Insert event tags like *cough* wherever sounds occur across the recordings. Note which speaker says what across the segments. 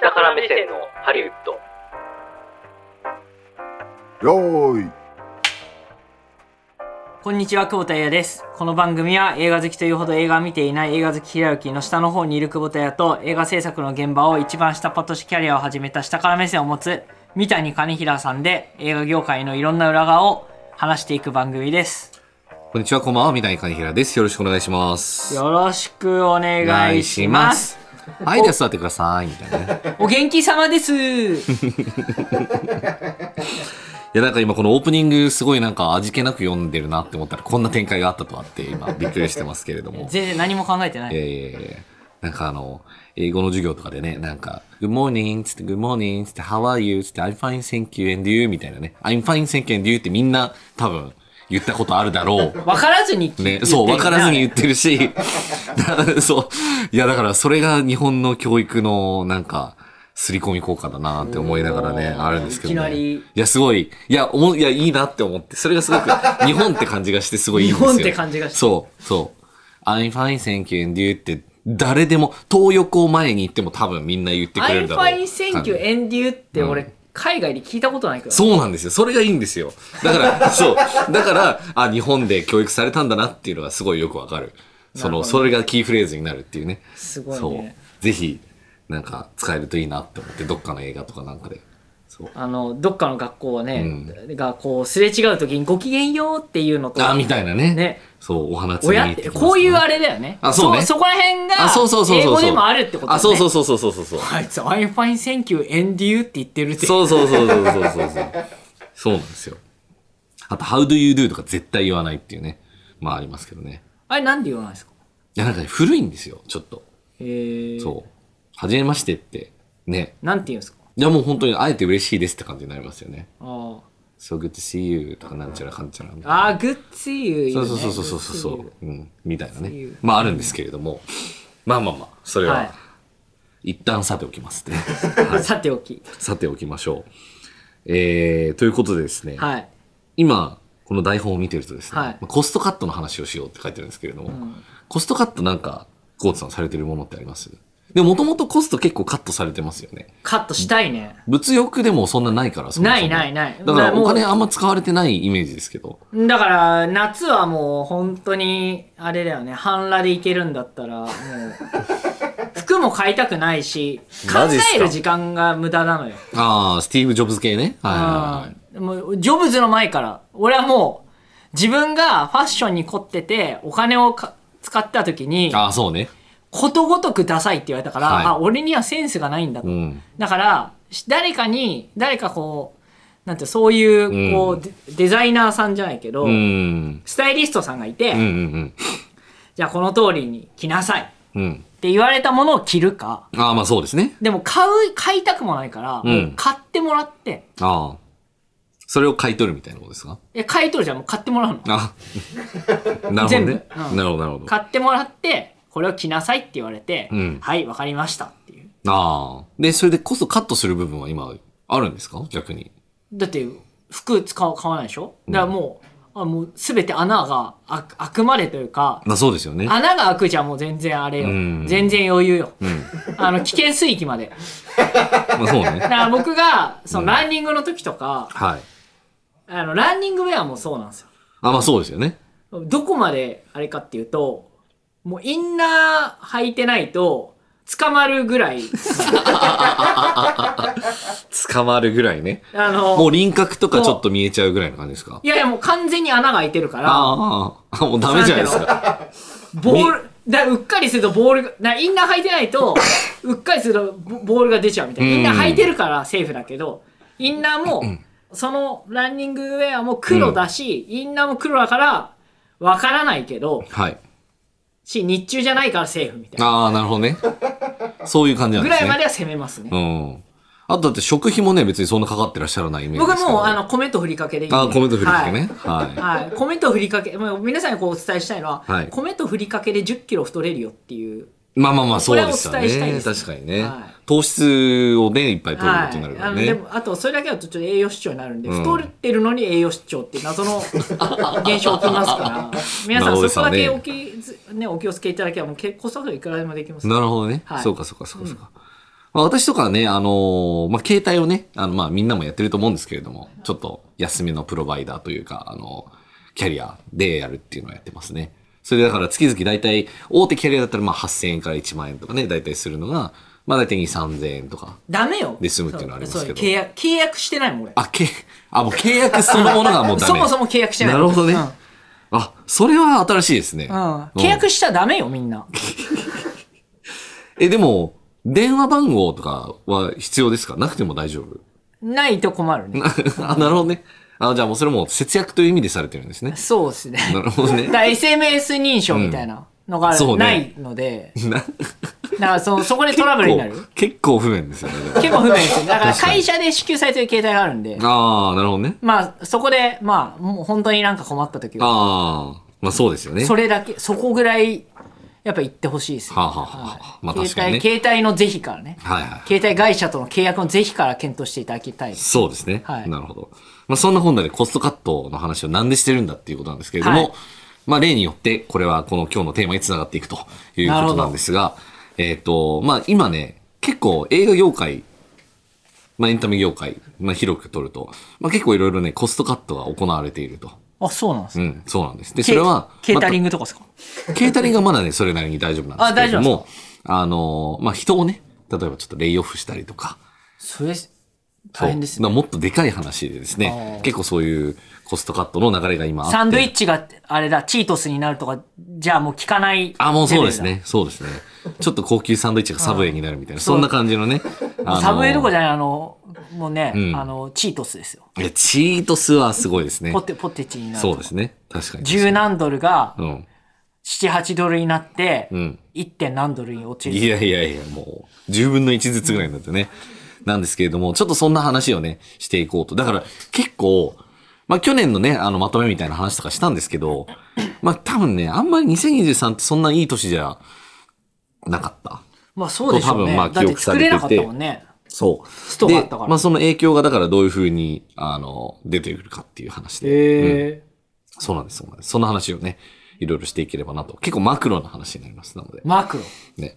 Speaker 1: 下から目線のハリウッド
Speaker 2: よーい
Speaker 3: こんにちは、久保田彩です。この番組は映画好きというほど映画を見ていない映画好きひらゆきの下の方にいる久保田彩と映画制作の現場を一番下っ端としてキャリアを始めた下から目線を持つ三谷兼平さんで映画業界のいろんな裏側を話していく番組です。
Speaker 4: こんにちは、こんばんは、三谷兼平です。よろしくお願いします。
Speaker 3: よろしくお
Speaker 4: お
Speaker 3: 願いします。。
Speaker 4: はい、じゃあ座ってください、みたいなね。
Speaker 3: *laughs* お元気様
Speaker 4: *laughs*
Speaker 3: です。
Speaker 4: いや、なんか今このオープニングすごいなんか味気なく読んでるなって思ったら、こんな展開があったとあって、今びっくりしてますけれ
Speaker 3: *laughs*
Speaker 4: ども。
Speaker 3: 全然何も考えてない
Speaker 4: い。やいやいやなんかあの、英語の授業とかでね、なんか、Good morning, つって Good morning, つって How are you? つって I'm fine, thank you, and you? みたいなね。I'm fine, thank you, and you? ってみんな多分言ったことあるだろう。
Speaker 3: わからずに聞い
Speaker 4: ね、そう、わからずに言ってるし、だ *laughs* そう。いや、だからそれが日本の教育の、なんか、刷り込み効果だなって思いながらね、
Speaker 3: おー
Speaker 4: あるんですけど、ね。
Speaker 3: いきなり
Speaker 4: いや、すごい。いや、おも、いや、いいなって思って。それがすご
Speaker 3: *laughs*
Speaker 4: く、日本って感じがして、すごいいいんですよ。
Speaker 3: 日本って感じがして
Speaker 4: そう、そう。I'm fine, thank you, and you って、誰でも、東横を前に行っても多分みんな言ってくれるだろう。
Speaker 3: I'm fine, thank you,
Speaker 4: 感じ
Speaker 3: and you って俺、海外で聞いたことないけど。
Speaker 4: そうなんですよ。それがいいんですよ。だから、 *laughs* そう。だから、あ、日本で教育されたんだなっていうのがすごいよくわかる。
Speaker 3: なる
Speaker 4: そ
Speaker 3: ほど
Speaker 4: の、それがキーフレーズになるっていうね。
Speaker 3: すごいね
Speaker 4: そう。ぜひ、なんか、使えるといいなって思って、どっかの映画とかなんかで。そう。
Speaker 3: あの、どっかの学校はね、がこう、すれ違うときにごきげんようっていうのと、
Speaker 4: あ、みたいなね。
Speaker 3: ね
Speaker 4: そう、お花摘みに行
Speaker 3: 親
Speaker 4: っ
Speaker 3: ってて、
Speaker 4: きましたね
Speaker 3: こういうあれだよね。
Speaker 4: あそうね
Speaker 3: そこら辺が
Speaker 4: あ、そうそう、そう
Speaker 3: 英
Speaker 4: そうそう。
Speaker 3: 語でもあるってことだね。
Speaker 4: あ、そうそうそうそうそうそうそう。
Speaker 3: あいつ、I'm fine, thank you, and you って言ってるって。
Speaker 4: そうそうそうそうそうそうそう。そうなんですよ。あと、How do you do とか絶対言わないっていうね。まあ、ありますけどね。
Speaker 3: あれ、なんで言わないんですか
Speaker 4: いや、なんかね、古いんですよ、ちょっと。
Speaker 3: えー、
Speaker 4: そう。はじめましてって、ね。
Speaker 3: なんて言うんですか
Speaker 4: いや、もう本当に会えて嬉しいですって感じになりますよね。
Speaker 3: あー
Speaker 4: So good to see you とかなんちゃらかんちゃらみたいな。
Speaker 3: あー、good see you 言
Speaker 4: そう
Speaker 3: ね。
Speaker 4: そうそうそうそう
Speaker 3: good see
Speaker 4: そ
Speaker 3: you
Speaker 4: う。うん。みたいな
Speaker 3: see
Speaker 4: ね
Speaker 3: you。
Speaker 4: まああるんですけれども。まあまあまあ、それ
Speaker 3: はい
Speaker 4: は一旦さてお *laughs* きますね。
Speaker 3: さておき。
Speaker 4: さておきましょう。えー、ということでですね。
Speaker 3: はい。
Speaker 4: 今、この台本を見てるとですね、
Speaker 3: はい
Speaker 4: まあコストカットの話をしようって書いてるんですけれども、コストカットなんか、コーツさんされてるものってありますでも、もともとコスト結構カットされてますよね。
Speaker 3: カットしたいね。
Speaker 4: 物欲でもそんなないから、そもそも
Speaker 3: ないないない
Speaker 4: だからお金
Speaker 3: だからもう
Speaker 4: あんま使われてないイメージですけど。
Speaker 3: だから、夏はもう本当に、あれだよね、半裸でいけるんだったら、もう、服も買いたくないし、考
Speaker 4: マジっすか
Speaker 3: える時間が無駄なのよ。
Speaker 4: ああ、スティーブ・ジョブズ系ね。はいはいは
Speaker 3: う
Speaker 4: い。
Speaker 3: んもう、ジョブズの前から、俺はもう、自分がファッションに凝ってて、お金をか使った時に、
Speaker 4: ああ、そうね。
Speaker 3: ことごとくダサいって言われたから、
Speaker 4: はい
Speaker 3: あ、俺にはセンスがないんだと。
Speaker 4: うん。
Speaker 3: だから、し誰かに、誰かこう、なんてそういう、こう、
Speaker 4: うん
Speaker 3: デデザイナーさんじゃないけど、
Speaker 4: うん。
Speaker 3: スタイリストさんがいて、
Speaker 4: うんうん
Speaker 3: じゃあこの通りに着なさいっ
Speaker 4: うん。うん。
Speaker 3: て言われたものを着るか、
Speaker 4: ああ、まあそうですね。
Speaker 3: でも買う、買いたくもないから、
Speaker 4: うん
Speaker 3: もう買ってもらって、
Speaker 4: ああ。それを買い取るみたいなことですか
Speaker 3: え、買い取るじゃん、もう買ってもらうの。 *laughs*
Speaker 4: あなるほど
Speaker 3: 全部
Speaker 4: ね。
Speaker 3: うん
Speaker 4: なるほど、なるほど。
Speaker 3: 買ってもらって、これを着なさいって言われて、
Speaker 4: うん
Speaker 3: はい、わかりましたっていう。
Speaker 4: ああ。で、それでコストカットする部分は今あるんですか逆に。
Speaker 3: だって、服使う、買わないでしょだからもう、あもうすべて穴が開く開くまでというか、
Speaker 4: まあそうですよね。
Speaker 3: 穴が開くじゃもう全然あれよ。
Speaker 4: うん
Speaker 3: 全然余裕よ。
Speaker 4: うん。
Speaker 3: あの、危険水域まで。
Speaker 4: まあそう
Speaker 3: だ
Speaker 4: ね。
Speaker 3: から僕が、そのランニングの時とか、
Speaker 4: はい。
Speaker 3: あの、ランニングウェアもそうなんですよ。
Speaker 4: あ、まあそうですよね。
Speaker 3: どこまであれかっていうと、もうインナー履いてないと、捕まるぐ
Speaker 4: *laughs*
Speaker 3: らい、
Speaker 4: 捕まるぐらいね。
Speaker 3: あの、
Speaker 4: もう輪郭とかちょっと見えちゃうぐらいの感じですか
Speaker 3: いやいやもう完全に穴が開いてるから、
Speaker 4: ああ *laughs* あ、もうダメじゃないですか。
Speaker 3: ボール、だうっかりするとボールが、だインナー履いてないと、うっかりするとボボールが出ちゃうみたいな。
Speaker 4: うん
Speaker 3: インナー履いてるからセーフだけど、インナーも、そのランニングウェアも黒だし、インナーも黒だから、わからないけど、
Speaker 4: はい。
Speaker 3: し、日中じゃないからセーフみたいな。
Speaker 4: ああ、なるほどね。そういう感じなん
Speaker 3: ぐ
Speaker 4: です
Speaker 3: ら
Speaker 4: ね。
Speaker 3: いまでは攻めますね。
Speaker 4: うん。あとだって食費もね、別にそんなかかってらっしゃらないイメージ
Speaker 3: 僕
Speaker 4: で
Speaker 3: は
Speaker 4: すから
Speaker 3: もう、あの、コメント振りかけでいいんで
Speaker 4: あーコメント振りかけね。はい。
Speaker 3: はい。はい。コメント振りかけ、もう皆さんにこうお伝えしたいのは、
Speaker 4: はい
Speaker 3: コメント振りかけで10キロ太れるよっていう。
Speaker 4: まあまあまあ、そうですよ
Speaker 3: これはお伝えしたいで
Speaker 4: ね。
Speaker 3: す
Speaker 4: 確かにね、
Speaker 3: はい
Speaker 4: 糖質をね、いっぱい取ることになるか
Speaker 3: あ
Speaker 4: ら
Speaker 3: の
Speaker 4: ね。
Speaker 3: でもあとそれだけだとちょっと栄養失調になるんで、
Speaker 4: うん
Speaker 3: 太ってるのに栄養失調っていう
Speaker 4: *laughs*
Speaker 3: 謎の現象起きますから皆さ
Speaker 4: なる
Speaker 3: ん
Speaker 4: ほ
Speaker 3: そこ
Speaker 4: ど
Speaker 3: だけ
Speaker 4: です
Speaker 3: お
Speaker 4: ね
Speaker 3: 気,、ねお気をつけいただければもう結構そこでいくらでもできます
Speaker 4: なるほどね。
Speaker 3: はい
Speaker 4: そうかそうかそうかそうか。まあ、私とかはね、あのーまあ、携帯をね、あの、まあ、みんなもやってると思うんですけれども、ちょっと安めのプロバイダーというか、あのキャリアでやるっていうのをやってますね。それでだから月々大体、大手キャリアだったらまあ8000円から1万円とかね、大体するのが、まあ大体2、3000円とか。
Speaker 3: ダメよ
Speaker 4: で済むっていうのはありますけど
Speaker 3: そうそう契約契約してないもん俺
Speaker 4: あ、け、あ、もう契約そのものがもうダメ。
Speaker 3: *laughs* そもそも契約してない
Speaker 4: なるほどね。
Speaker 3: うん
Speaker 4: あ、それは新しいですね。
Speaker 3: うん、契約しちゃダメよみんな
Speaker 4: え、でも、電話番号とかは必要ですかなくても大丈夫
Speaker 3: ないと困るね
Speaker 4: *laughs* あ、なるほどね。あ、じゃあもうそれも節約という意味でされてる
Speaker 3: *laughs*
Speaker 4: んですね。
Speaker 3: そうですね
Speaker 4: なるほど
Speaker 3: だ
Speaker 4: ね。
Speaker 3: から SMS 認証みたいなのがある、
Speaker 4: うんそうね
Speaker 3: ないので
Speaker 4: な
Speaker 3: だからそのそこでトラブルになる
Speaker 4: こう結構不便ですよね。でも
Speaker 3: 結構不便ですよだから
Speaker 4: 確かに
Speaker 3: 会社で支給されてる携帯があるんで
Speaker 4: ああ、なるほどね。
Speaker 3: まあそこでまあもう本当になんか困った時は
Speaker 4: ああ、まあそうですよね。
Speaker 3: それだけそこぐらいやっぱ言ってほしいですよ、
Speaker 4: はあはあはあまあ確か
Speaker 3: 携
Speaker 4: に
Speaker 3: 帯
Speaker 4: ね
Speaker 3: 携帯の是非からね
Speaker 4: はいはい。
Speaker 3: 携帯会社との契約の是非から検討していただきたいです
Speaker 4: そうですね。
Speaker 3: はい
Speaker 4: なるほど。まあそんな本題でコストカットの話をなんでしてるんだっていうことなんですけれども、
Speaker 3: はい
Speaker 4: まあ例によってこれはこの今日のテーマにつながっていくということなんですが、えっ、と、まあ今ね、結構映画業界、まあエンタメ業界、まあ広く取ると、まあ結構いろいろね、コストカットが行われていると。
Speaker 3: あそうなんです
Speaker 4: う
Speaker 3: ね
Speaker 4: ん、そうなんです。で、それは、
Speaker 3: ケータリン
Speaker 4: グ。
Speaker 3: グとかですか
Speaker 4: ケータリングはまだね、それなりに大丈夫なんですけれど
Speaker 3: あ大丈夫
Speaker 4: も、あの、まあ人をね、例えばちょっとレイオフしたりとか、
Speaker 3: それ大変です
Speaker 4: そうだから
Speaker 3: ね
Speaker 4: もっとでかい話でです
Speaker 3: あ
Speaker 4: ね
Speaker 3: ー、
Speaker 4: 結構そういうコストカットの流れが今あって。
Speaker 3: サンドイッチがあれだチートスになるとかじゃあもう効かない
Speaker 4: あ、もうそうです
Speaker 3: レベル
Speaker 4: ね。そうですね。ちょっと高級サンドイッチがサブウェイになるみたいな、
Speaker 3: そう
Speaker 4: そんな感じのね。
Speaker 3: だサブウェイどころじ
Speaker 4: ゃ
Speaker 3: ゃないあのもうね、
Speaker 4: うん
Speaker 3: あのチートスですよ
Speaker 4: いや、チートスはすごいですね
Speaker 3: ポ。テポテチになる
Speaker 4: そうですね。確かに。
Speaker 3: 10何ドルが
Speaker 4: うん。
Speaker 3: 78ドルになって、
Speaker 4: うん。
Speaker 3: 1. 点何ドルに落ちる
Speaker 4: いやいやいや、もう、10分の1ずつぐらいになってね。なんですけれども、ちょっとそんな話をね、していこうと。だから、結構、まあ去年のね、あの、まとめみたいな話とかしたんですけど、まあ多分ね、あんまり2023ってそんないい年じゃなかった。
Speaker 3: まあそうでしょう
Speaker 4: 多
Speaker 3: ね。
Speaker 4: 分まあ
Speaker 3: だ
Speaker 4: 記
Speaker 3: って
Speaker 4: 憶さ
Speaker 3: 作
Speaker 4: れ
Speaker 3: れ
Speaker 4: てて
Speaker 3: なかったもんね。
Speaker 4: そう。
Speaker 3: ストがあったから
Speaker 4: でまあその影響がだからどういうふうに、あの、出てくるかっていう話で。うん
Speaker 3: へえ、
Speaker 4: そうなんです、そうなんです。その話をね、いろいろしていければなと。結構マクロな話になります。なので、
Speaker 3: マクロ。
Speaker 4: ね。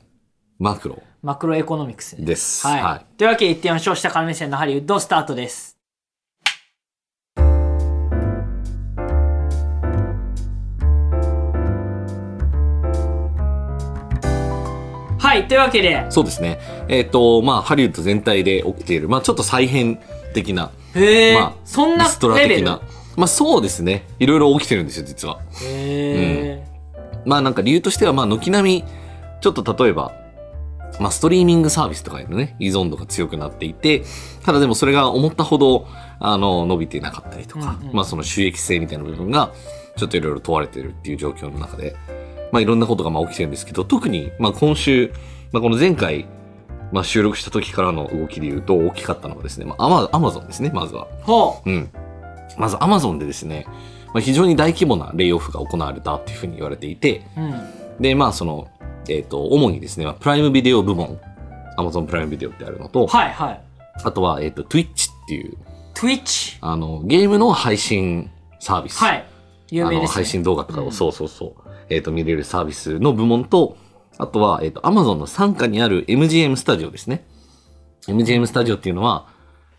Speaker 4: マクロ
Speaker 3: マクロエコノミクスね
Speaker 4: です。
Speaker 3: はい。というわけで、言ってみましょう。下から目線のハリウッドスタートです。はい。というわけで、
Speaker 4: そうですね。えっ、と、まあ、ハリウッド全体で起きている、まあ、ちょっと再編的な、
Speaker 3: へえ、
Speaker 4: まあ、
Speaker 3: そんな
Speaker 4: リストラ
Speaker 3: レベ
Speaker 4: 的
Speaker 3: ル。
Speaker 4: な。まあ、そうですね。いろいろ起きてるんですよ、実は。
Speaker 3: へえ、
Speaker 4: まあ、なんか理由としては、まあ、軒並み、ちょっと例えば、まあ、ストリーミングサービスとかへのね、依存度が強くなっていて、ただでもそれが思ったほど、あの、伸びてなかったりとか、
Speaker 3: うんうん
Speaker 4: まあ、その収益性みたいな部分が、ちょっといろいろ問われてるっていう状況の中で、まあ、いろんなことがまあ起きてるんですけど、特に、まあ、今週、まあ、この前回、まあ、収録した時からの動きで言うと大きかったのがですね、まあ、アマアマゾンですね、まずは。
Speaker 3: ほう。
Speaker 4: うん。まずアマゾンでですね、まあ、非常に大規模なレイオフが行われたっていうふうに言われていて、
Speaker 3: うん。
Speaker 4: で、まあ、その、えっ、と、主にですね、まあプライムビデオ部門、アマゾンプライムビデオってあるのと、
Speaker 3: はいはい。
Speaker 4: あとは、えっ、と、Twitch っていう、
Speaker 3: Twitch。
Speaker 4: あの、ゲームの配信サービス。
Speaker 3: はい。有名
Speaker 4: あ
Speaker 3: で
Speaker 4: の、
Speaker 3: す、ね。
Speaker 4: 配信動画とか
Speaker 3: うん
Speaker 4: を、そうそうそう、えっ、と、見れるサービスの部門と、あとは、えっ、と、アマゾンの傘下にある MGM スタジオですね。MGM スタジオっていうのは、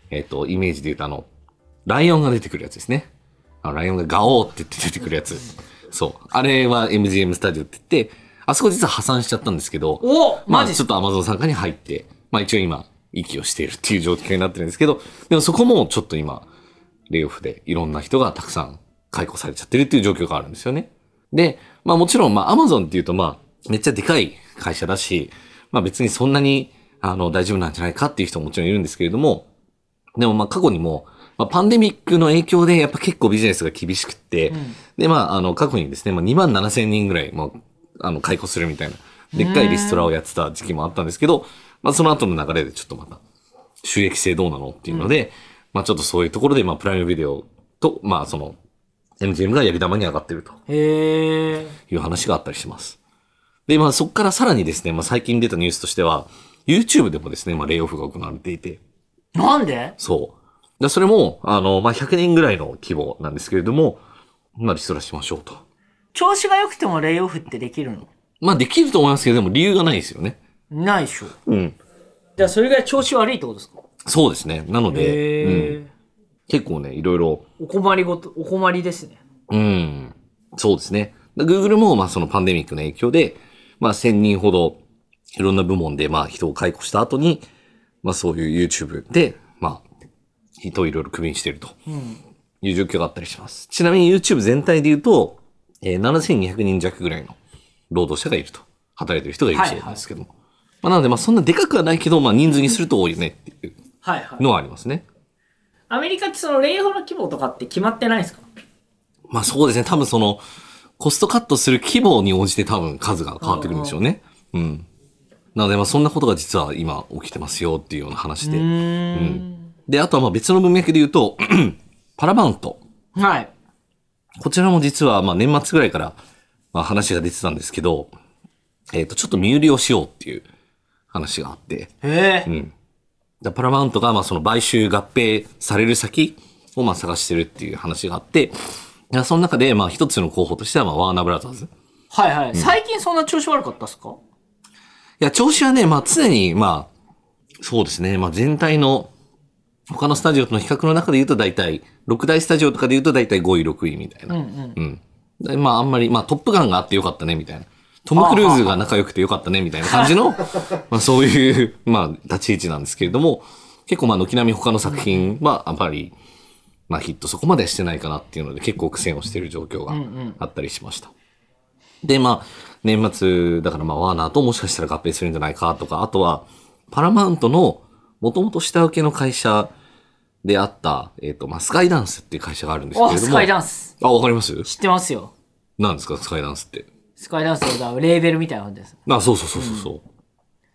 Speaker 4: えっ、と、イメージで言うと、あの、ライオンが出てくるやつですね。あのライオンがガオーって言って出てくるやつ。そう。あれは MGM スタジオって言って、あそこ実は破産しちゃったんですけど、
Speaker 3: おマ
Speaker 4: まあ、
Speaker 3: ジっ
Speaker 4: ち
Speaker 3: す
Speaker 4: ょっと Amazon 参加に入って、まあ一応今、息をしているっていう状況になってるんですけど、でもそこもちょっと今、レイオフでいろんな人がたくさん解雇されちゃってるっていう状況があるんですよね。で、まあもちろん、まあ Amazon っていうとまあ、めっちゃでかい会社だし、まあ別にそんなに、あの、大丈夫なんじゃないかっていう人ももちろんいるんですけれども、でもまあ過去にも、まあ、パンデミックの影響でやっぱ結構ビジネスが厳しくって、
Speaker 3: ん
Speaker 4: でまああの過去にですね、まあ、2万7千人ぐらいもうあの解雇するみたいな、でっかいリストラをやってた時期もあったんですけど、まあその後の流れでちょっとまた収益性どうなのっていうので、まあちょっとそういうところでまあプライムビデオと、まあその MGM がやり玉に上がってると
Speaker 3: へえ。
Speaker 4: いう話があったりします。で、まあそこからさらにですね、まあ最近出たニュースとしては、YouTube でもですね、まあレイオフが行われていて、
Speaker 3: なんで
Speaker 4: そう。でそれも、あの、まあ、100人ぐらいの規模なんですけれども、まあ、リストラしましょうと。
Speaker 3: 調子が良くてもレイオフってできるの
Speaker 4: まあ、できると思いますけど、でも理由がないですよね。
Speaker 3: ないでしょ。
Speaker 4: うん。
Speaker 3: じゃあそれぐらい調子悪いってことですか
Speaker 4: そうですね。なので、
Speaker 3: へ
Speaker 4: う
Speaker 3: え、
Speaker 4: ん結構ね、いろいろ、
Speaker 3: お困りごと、お困りですね。
Speaker 4: うん、そうですね。Google も、まあ、そのパンデミックの影響で、まあ、1000人ほど、いろんな部門で、まあ、人を解雇した後に、まあ、そういう YouTube で、まあ、人をいろいろクビにしていると
Speaker 3: うん。
Speaker 4: いう状況があったりします。ちなみに YouTube 全体で言うと、えー7200人弱ぐらいの労働者がいると。働いてる人がいるそうなんですけども。まあ、なので、まあ、そんなでかくはないけど、まあ、人数にすると多いよねっていう
Speaker 3: はいはい。
Speaker 4: のはありますね。
Speaker 3: アメリカってそのレイオフの規模とかって決まってないんですか
Speaker 4: まあそうですね。多分その、コストカットする規模に応じて多分数が変わってくるんでしょうね。うん。なので、まあそんなことが実は今起きてますよっていうような話
Speaker 3: う
Speaker 4: で。
Speaker 3: ーん
Speaker 4: ん。で、あとはまあ別の文脈で言うと、 *clears throat* パラマウント。
Speaker 3: はい。
Speaker 4: こちらも実はまあ年末ぐらいからまあ話が出てたんですけど、えっ、と、ちょっと身売りをしようっていう話があって。
Speaker 3: へえ
Speaker 4: う。ん。だパラマウントが、まあ、その買収合併される先を、まあ、探してるっていう話があって、いやその中で、まあ、一つの候補としては、まあ、ワーナーブラザーズ。い
Speaker 3: はいはい。最近そんな調子悪かったっすか
Speaker 4: や、調子はね、まあ、常に、まあ、そうですね、まあ、全体の、他のスタジオとの比較の中で言うと、大体、6大スタジオとかで言うと、大体5位、6位みたいな。
Speaker 3: うんうん。
Speaker 4: うん。でまあ、あんまり、まあ、トップガンがあってよかったね、みたいな。トム・クルーズが仲良くてよかったね、みたいな感
Speaker 3: *laughs*
Speaker 4: じの、まあ、そういう、まあ、立ち位置なんですけれども、結構、まあ、軒並み他の作品は、あんまり、まあ、ヒットそこまでしてないかなっていうので、結構苦戦をしている状況があったりしました。で、まあ、年末、だから、まあ、ワーナーともしかしたら合併するんじゃないかとか、あとは、パラマウントの、もともと下請けの会社であった、えっ、と、まあ、スカイダンスっていう会社があるんですけれど
Speaker 3: あ、
Speaker 4: も。
Speaker 3: スカイダンス。
Speaker 4: あ、わかります
Speaker 3: 知ってますよ。
Speaker 4: なんですか、スカイダンスって。
Speaker 3: スカイダンスのレーベルみたいなもんです。
Speaker 4: あ、そうそうそうそうそ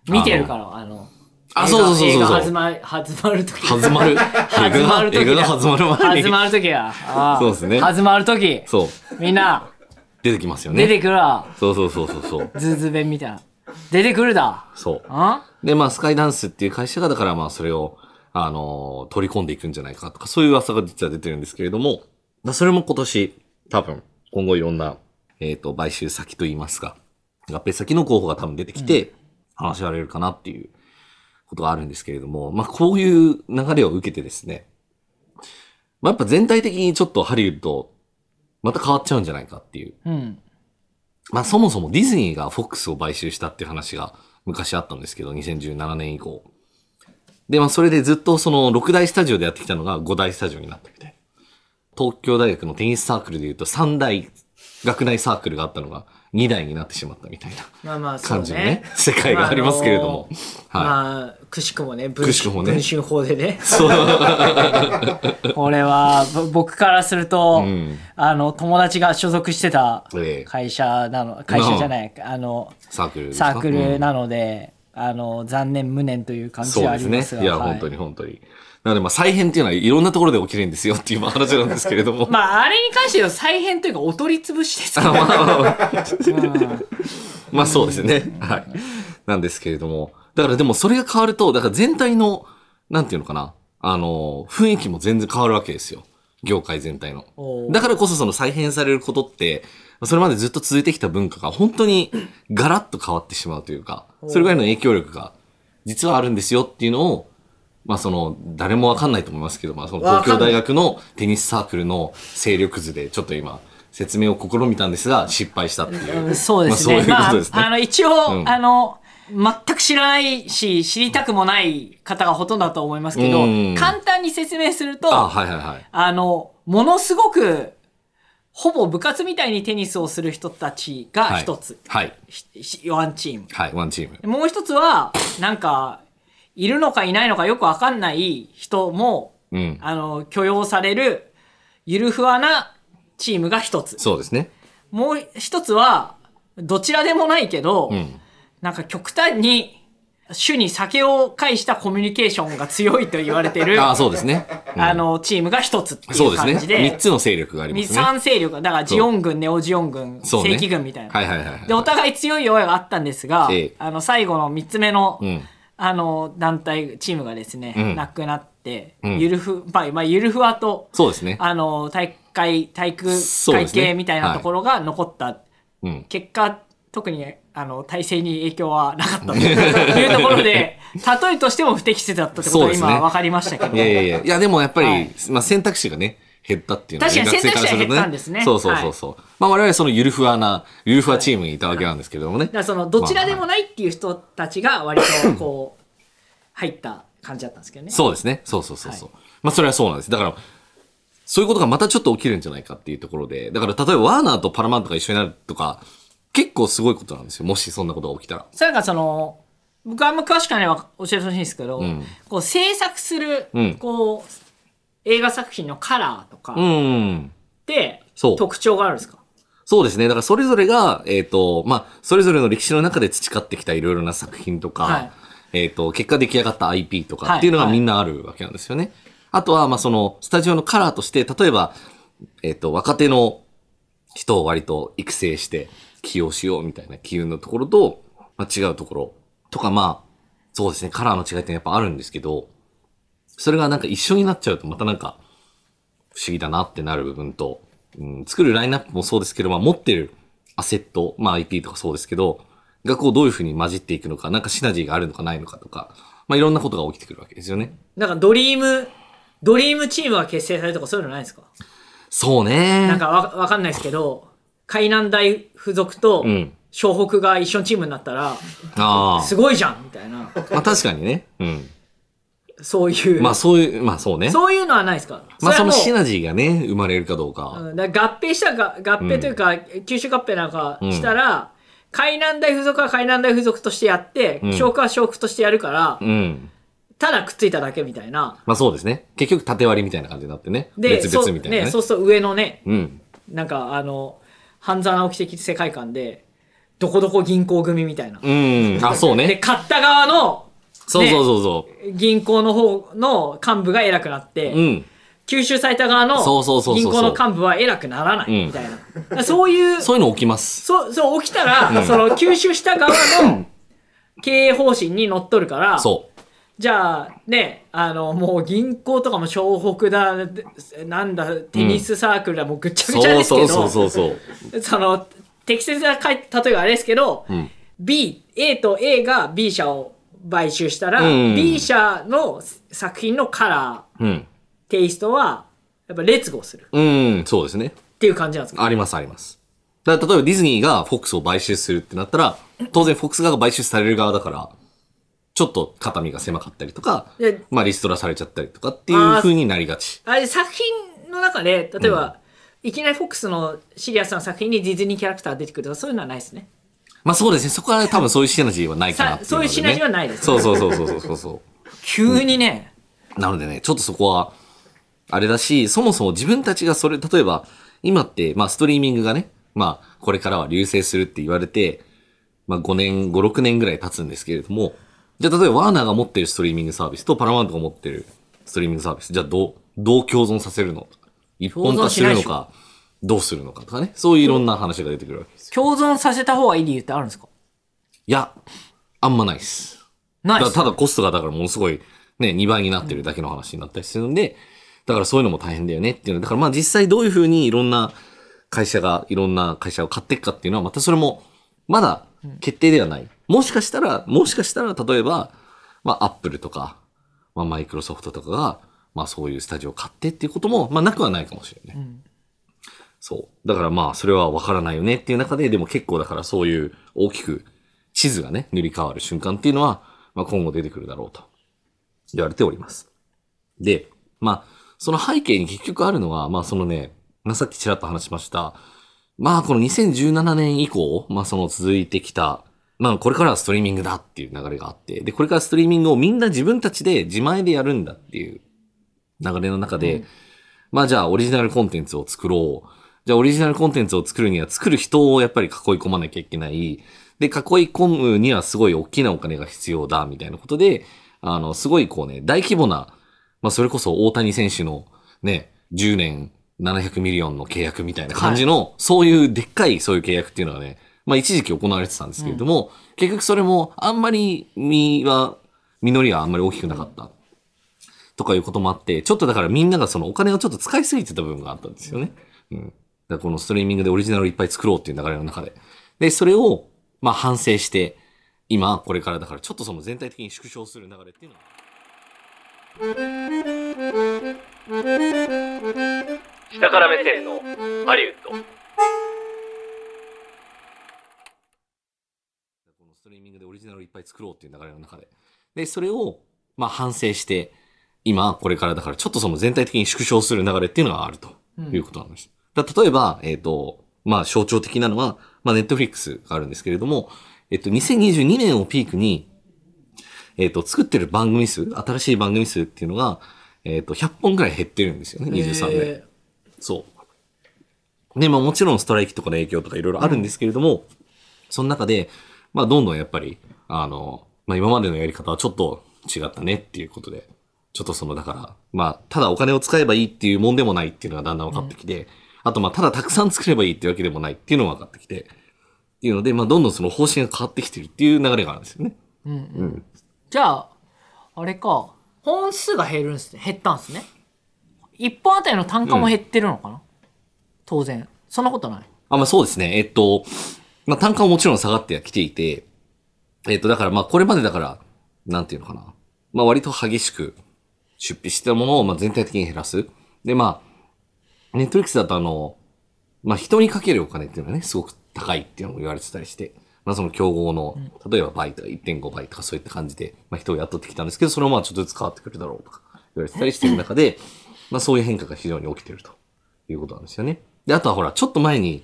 Speaker 4: う。
Speaker 3: 見てるから、あの、
Speaker 4: あ、
Speaker 3: 映画
Speaker 4: そうそうそう
Speaker 3: 映
Speaker 4: そう
Speaker 3: 画
Speaker 4: そ
Speaker 3: 始
Speaker 4: う。
Speaker 3: まる、始まるとき。
Speaker 4: はずまる。映
Speaker 3: *laughs* 始
Speaker 4: 画
Speaker 3: ま
Speaker 4: が
Speaker 3: る時だ
Speaker 4: 映画が始まる前
Speaker 3: 始
Speaker 4: に。
Speaker 3: まるときや。あー
Speaker 4: そうですね
Speaker 3: 始まるとき。
Speaker 4: そう。
Speaker 3: みんな、
Speaker 4: 出てきますよ
Speaker 3: 出
Speaker 4: ね。
Speaker 3: てくるわ。
Speaker 4: そうそうそうそうそう。
Speaker 3: ズーズー弁みたいな。出てくるだ。
Speaker 4: そう。
Speaker 3: あ
Speaker 4: で、まあ、スカイダンスっていう会社が、だからまあ、それを、あのー取り込んでいくんじゃないかとか、そういう噂が実は出てるんですけれども、まあそれも今年、多分、今後いろんな、えっ、と、買収先といいますか、合併先の候補が多分出てきて、話し合われるかなっていうことがあるんですけれども、まあ、こういう流れを受けてですね、まあ、やっぱ全体的にちょっとハリウッド、また変わっちゃうんじゃないかっていう
Speaker 3: うん。
Speaker 4: まあそもそもディズニーが FOX を買収したっていう話が昔あったんですけど、2017年以降。で、まあそれでずっとその6大スタジオでやってきたのが5大スタジオになったみたいな。東京大学のテニスサークルで言うと3大学内サークルがあったのが2大になってしまったみたいな
Speaker 3: まあまあ、そう
Speaker 4: 感
Speaker 3: ね。
Speaker 4: じのね、世界がありますけれども。はい。
Speaker 3: まあ、くしくもね、文
Speaker 4: くしくもね
Speaker 3: 文春法で *laughs* ね。
Speaker 4: そう。
Speaker 3: これは、ぼ僕からすると、
Speaker 4: うん
Speaker 3: あの、友達が所属してた
Speaker 4: ええ
Speaker 3: 会社なの、会社じゃない、あの、
Speaker 4: サークルです
Speaker 3: サ
Speaker 4: か
Speaker 3: ークルなので、あの、残念無念という感じ
Speaker 4: そ
Speaker 3: は
Speaker 4: う
Speaker 3: あり
Speaker 4: です
Speaker 3: ま
Speaker 4: ね
Speaker 3: すが。。
Speaker 4: いや、
Speaker 3: はい
Speaker 4: 本当に本当に。なので、まあ再編っていうのはいろんなところで起きるんですよっていうまあ話なんですけれども。
Speaker 3: まあ、あれに関して言うと再編というか、お取り潰しです
Speaker 4: あ
Speaker 3: か
Speaker 4: *laughs* まあまあまあ
Speaker 3: ら。
Speaker 4: まあそうですね。はい。なんですけれども。だからでもそれが変わると、だから全体の、なんていうのかな。あの、雰囲気も全然変わるわけですよ。業界全体の。
Speaker 3: おー
Speaker 4: だからこそその再編されることって、それまでずっと続いてきた文化が本当にガラッと変わってしまうというか、それぐらいの影響力が実はあるんですよっていうのを、まあその、誰もわかんないと思いますけど、まあその東京大学のテニスサークルの勢力図でちょっと今説明を試みたんですが失敗したっていう。
Speaker 3: うんそうですね。
Speaker 4: まあ
Speaker 3: ま
Speaker 4: そういうこと
Speaker 3: あ
Speaker 4: ですね。、
Speaker 3: あの、一応、
Speaker 4: うん
Speaker 3: あの、全く知らないし、知りたくもない方がほとんどだと思いますけど
Speaker 4: うん、
Speaker 3: 簡単に説明すると、
Speaker 4: あ、はいはいはい。
Speaker 3: あの、ものすごく、ほぼ部活みたいにテニスをする人たちが一つ、
Speaker 4: はい。
Speaker 3: ひひワンチーム。
Speaker 4: はい。ワンチーム。
Speaker 3: もう一つは、なんか、いるのかいないのかよくわかんない人も、
Speaker 4: うん。
Speaker 3: あの、許容される、ゆるふわなチームが一つ。
Speaker 4: そうですね。
Speaker 3: もう一つは、どちらでもないけど、
Speaker 4: うん。
Speaker 3: なんか極端に、主に酒を介したコミュニケーションが強いと言われてる、
Speaker 4: *laughs* あ
Speaker 3: あ
Speaker 4: あ、そうですね。うん
Speaker 3: の、チームが一つってい
Speaker 4: そううです
Speaker 3: 感じで、
Speaker 4: ね。三つの勢力がありま
Speaker 3: み
Speaker 4: すね。
Speaker 3: 三勢力だからジオン軍ネオジオン軍、
Speaker 4: そう
Speaker 3: 正
Speaker 4: ね
Speaker 3: 規軍みたいな、
Speaker 4: はいはいはいはい。
Speaker 3: でお互い強い弱いがあったんですが、
Speaker 4: ええ
Speaker 3: あの最後の3つ目の,、
Speaker 4: うん
Speaker 3: あの団体チームがですね、
Speaker 4: うん
Speaker 3: なくなって、
Speaker 4: うん
Speaker 3: ゆるふまあ、まあ、ゆるふわと
Speaker 4: そうですね。
Speaker 3: あの体育会体育
Speaker 4: そう
Speaker 3: 会
Speaker 4: ですね
Speaker 3: 系みたいなところが残った
Speaker 4: うん。
Speaker 3: 結果特にあの、体制に影響はなかったという *laughs* ところで、例えとしても不適切だったってこと
Speaker 4: そう
Speaker 3: が
Speaker 4: ですね
Speaker 3: 今分かりましたけど。
Speaker 4: いやいやいや、いやでもやっぱり、
Speaker 3: はい
Speaker 4: まあ選択肢がね、減ったっていうのは、
Speaker 3: 確かに
Speaker 4: 学生ら
Speaker 3: 選択肢が
Speaker 4: すると
Speaker 3: 減ったんですね
Speaker 4: そうそうそうそう。まあ我々そのゆるふわな、ゆるふわチームにいたわけなんですけれどもね。
Speaker 3: だからそのどちらでもないっていう人たちが割とこう入った感じだったんですけどね。
Speaker 4: そうですね。そうそうそうそう。まあそれはそうなんです。だから、そういうことがまたちょっと起きるんじゃないかっていうところで、だから例えばワーナーとパラマウントが一緒になるとか、結構すごいことなんですよ。もしそんなことが起きたら。
Speaker 3: それがその僕はあんま詳しくはないわ教えてほしいんですけど、
Speaker 4: ん
Speaker 3: こう制作する、
Speaker 4: うん
Speaker 3: こう映画作品のカラーとか
Speaker 4: う
Speaker 3: っ
Speaker 4: ん。
Speaker 3: て、
Speaker 4: そう
Speaker 3: 特徴があるんですか
Speaker 4: そうですね。だからそれぞれが、えっ、と、まあ、それぞれの歴史の中で培ってきたいろいろな作品とか、
Speaker 3: はい
Speaker 4: えっ、と、結果出来上がった IP と
Speaker 3: はい
Speaker 4: かっていうのが
Speaker 3: はい
Speaker 4: みんなあるわけなんですよね。あとは、まあ、その、スタジオのカラーとして、例えば、えっ、と、若手の人を割と育成して起用しようみたいな機運のところと、まあ、違うところとか、まあ、そうですね、カラーの違いってやっぱあるんですけど、それがなんか一緒になっちゃうとまたなんか不思議だなってなる部分と、うん、作るラインナップもそうですけど、まあ、持ってるアセット、まあ、IP とかそうですけど、がこうどういうふうに混じっていくのか、なんかシナジーがあるのかないのかとか、まあ、いろんなことが起きてくるわけですよね。
Speaker 3: なんかドリームドリームチームが結成されるとかそういうのないんですか、
Speaker 4: そうね。
Speaker 3: なんかわわかんないですけど海南大附属と
Speaker 4: うん
Speaker 3: 湘北が一緒のチームになったら、
Speaker 4: ああ
Speaker 3: すごいじゃんみたいな
Speaker 4: まあ、確かにね。うん。
Speaker 3: そういう、
Speaker 4: まあ、そういう、まあ、そうね。
Speaker 3: そういうのはないですか
Speaker 4: まあ、その
Speaker 3: れはもう
Speaker 4: シナジーがね、生まれるかどうか。
Speaker 3: うんだから合併したが合併というか、九州合併なんかしたら、海南大附属は海南大附属としてやって、
Speaker 4: ん
Speaker 3: 小区は小区としてやるから、
Speaker 4: うん。
Speaker 3: ただくっついただけみたいな。
Speaker 4: まあ、そうですね。結局、縦割りみたいな感じになってね。
Speaker 3: で、
Speaker 4: 別
Speaker 3: そ
Speaker 4: 々
Speaker 3: う
Speaker 4: みたいなね。
Speaker 3: ね、そうすると上のね、
Speaker 4: うん。
Speaker 3: なんかあの、半沢直樹的世界観で、どこどこ銀行組みたいな。
Speaker 4: うん。あ、そう
Speaker 3: で、
Speaker 4: ね。
Speaker 3: 買った側の
Speaker 4: そうそうそうそう。
Speaker 3: 銀行の方の幹部が偉くなって、
Speaker 4: うん。
Speaker 3: 吸収された側の
Speaker 4: そうそうそうそう
Speaker 3: 銀
Speaker 4: そう
Speaker 3: 行の幹部は偉くならないみたいな。だからそういう、
Speaker 4: そういうの起きます。
Speaker 3: そう、そう、起きたら、その、吸収した側の経営方針にのっとるから、
Speaker 4: そう。
Speaker 3: じゃあ、ね、あの、もう銀行とかも湘北だ、なんだ、テニスサークルだ、もうぐっちゃぐちゃ
Speaker 4: そう
Speaker 3: です
Speaker 4: そ
Speaker 3: け
Speaker 4: うそう
Speaker 3: ど、
Speaker 4: そうそう。
Speaker 3: その、適切なかい例えばあれですけど、
Speaker 4: ん
Speaker 3: B、A と A が B 社を買収したら、
Speaker 4: うん
Speaker 3: B 社の作品のカラー、
Speaker 4: うん。
Speaker 3: テイストは、やっぱ劣後する
Speaker 4: うん、そうですね。
Speaker 3: っていう感じなんですか
Speaker 4: ありますあります。だから例えばディズニーがフォックスを買収するってなったら、当然フォックス側が買収される側だから、ちょっと肩身が狭かったりとか
Speaker 3: で、
Speaker 4: まあリストラされちゃったりとかっていう風になりがち。
Speaker 3: あれ作品の中で例えば、いきなりフォックスのシリアスな作品にディズニーキャラクター出てくるとかそういうのはないですね
Speaker 4: まあそうですね。そこは多分そういうシナジーはないかなっていうので、ね。
Speaker 3: さそういうシナジーはないです
Speaker 4: そうそうそうそうそうそう。
Speaker 3: 急にね、
Speaker 4: なのでね、ちょっとそこは、あれだし、そもそも自分たちがそれ、例えば、今って、まあ、ストリーミングがね、まあ、これからは流星するって言われて、まあ、5年、5、6年ぐらい経つんですけれども、じゃあ、例えば、ワーナーが持ってるストリーミングサービスと、パラマウントが持ってるストリーミングサービス、じゃあ、どう、どう共存させるの一本化するのか、どうするのかとかね、そういういろんな話が出てくるわけです。
Speaker 3: 共存させた方がいい理由ってあるんですか
Speaker 4: いや、あんまないっす。
Speaker 3: な
Speaker 4: だ
Speaker 3: いで
Speaker 4: から
Speaker 3: す
Speaker 4: ただコストがだからものすごいね、2倍になってるだけの話になったりするんで、だからそういうのも大変だよねっていうのだからまあ実際どういうふうにいろんな会社が、いろんな会社を買っていくかっていうのはまたそれもまだ決定ではない。もしかしたら、もしかしたら例えば、まあアップルとか、まあマイクロソフトとかが、まあそういうスタジオを買ってっていうことも、まあなくはないかもしれない。そう。だからまあ、それは分からないよねっていう中で、でも結構だからそういう大きく地図がね、塗り替わる瞬間っていうのは、まあ今後出てくるだろうと言われております。で、まあ、その背景に結局あるのは、まあそのね、まあさっきちらっと話しました、まあこの2017年以降、まあその続いてきた、まあこれからはストリーミングだっていう流れがあって、で、これからストリーミングをみんな自分たちで自前でやるんだっていう流れの中で、まあじゃあオリジナルコンテンツを作ろう。じゃあオリジナルコンテンツを作るには作る人をやっぱり囲い込まなきゃいけない。で、囲い込むにはすごい大きなお金が必要だ、みたいなことで、あの、すごいこうね、大規模な、まあそれこそ大谷選手のね、10年700ミリオンの契約みたいな感じの、そういうでっかいそういう契約っていうのはね、まあ一時期行われてたんですけれども、結局それもあんまり実は、実りはあんまり大きくなかった。とかいうこともあって、ちょっとだからみんながそのお金をちょっと使いすぎてた部分があったんですよね。うん。だからこのストリーミングでオリジナルをいっぱい作ろうっていう流れの中で。で、それを、まあ反省して、今、これからだから、ちょっとその全体的に縮小する流れっていうのは。
Speaker 1: 下から目線のハリウッド
Speaker 4: このストリーミングでオリジナルをいっぱい作ろうっていう流れの中で。で、それを、まあ反省して、今、これからだから、ちょっとその全体的に縮小する流れっていうのがあると
Speaker 3: うん
Speaker 4: いうことなんです。だ例えば、えっ、と、まあ象徴的なのは、まあネットフリックスがあるんですけれども、えっ、と、2022年をピークに、えっ、と、作ってる番組数、新しい番組数っていうのが、えっ、と、100本ぐらい減ってるんですよね、23年。
Speaker 3: え
Speaker 4: そう。で、まあもちろんストライキとかの影響とかいろいろあるんですけれども、その中で、まあどんどんやっぱり、あの、まあ今までのやり方はちょっと違ったねっていうことで、ちょっとそのだから、まあただお金を使えばいいっていうもんでもないっていうのがだんだん分かってきて、あとまあただたくさん作ればいいっていうわけでもないっていうのが分かってきて、っていうので、まあどんどんその方針が変わってきてるっていう流れがあるんですよね。
Speaker 3: ーうんうん
Speaker 4: うん。
Speaker 3: じゃあ、あれか、本数が減るんすね。減ったんすね。一本あたりの単価も減ってるのかな、当然。そんなことない。
Speaker 4: あ、まあそうですね。えっと、まあ単価ももちろん下がってはきていて、えっと、だからまあこれまでだから、なんていうのかな。まあ割と激しく出費してたものをまあ全体的に減らす。でまあ、ネットフリックスだとあの、まあ人にかけるお金っていうのはね、すごく高いっていうのも言われてたりして、まあその競合の、例えば倍とか1.5倍とかそういった感じで、まあ人を雇ってきたんですけど、それもまあちょっとずつ変わってくるだろうとか言われてたりしてる中で、まあそういう変化が非常に起きてるということなんですよね。で、あとはほら、ちょっと前に、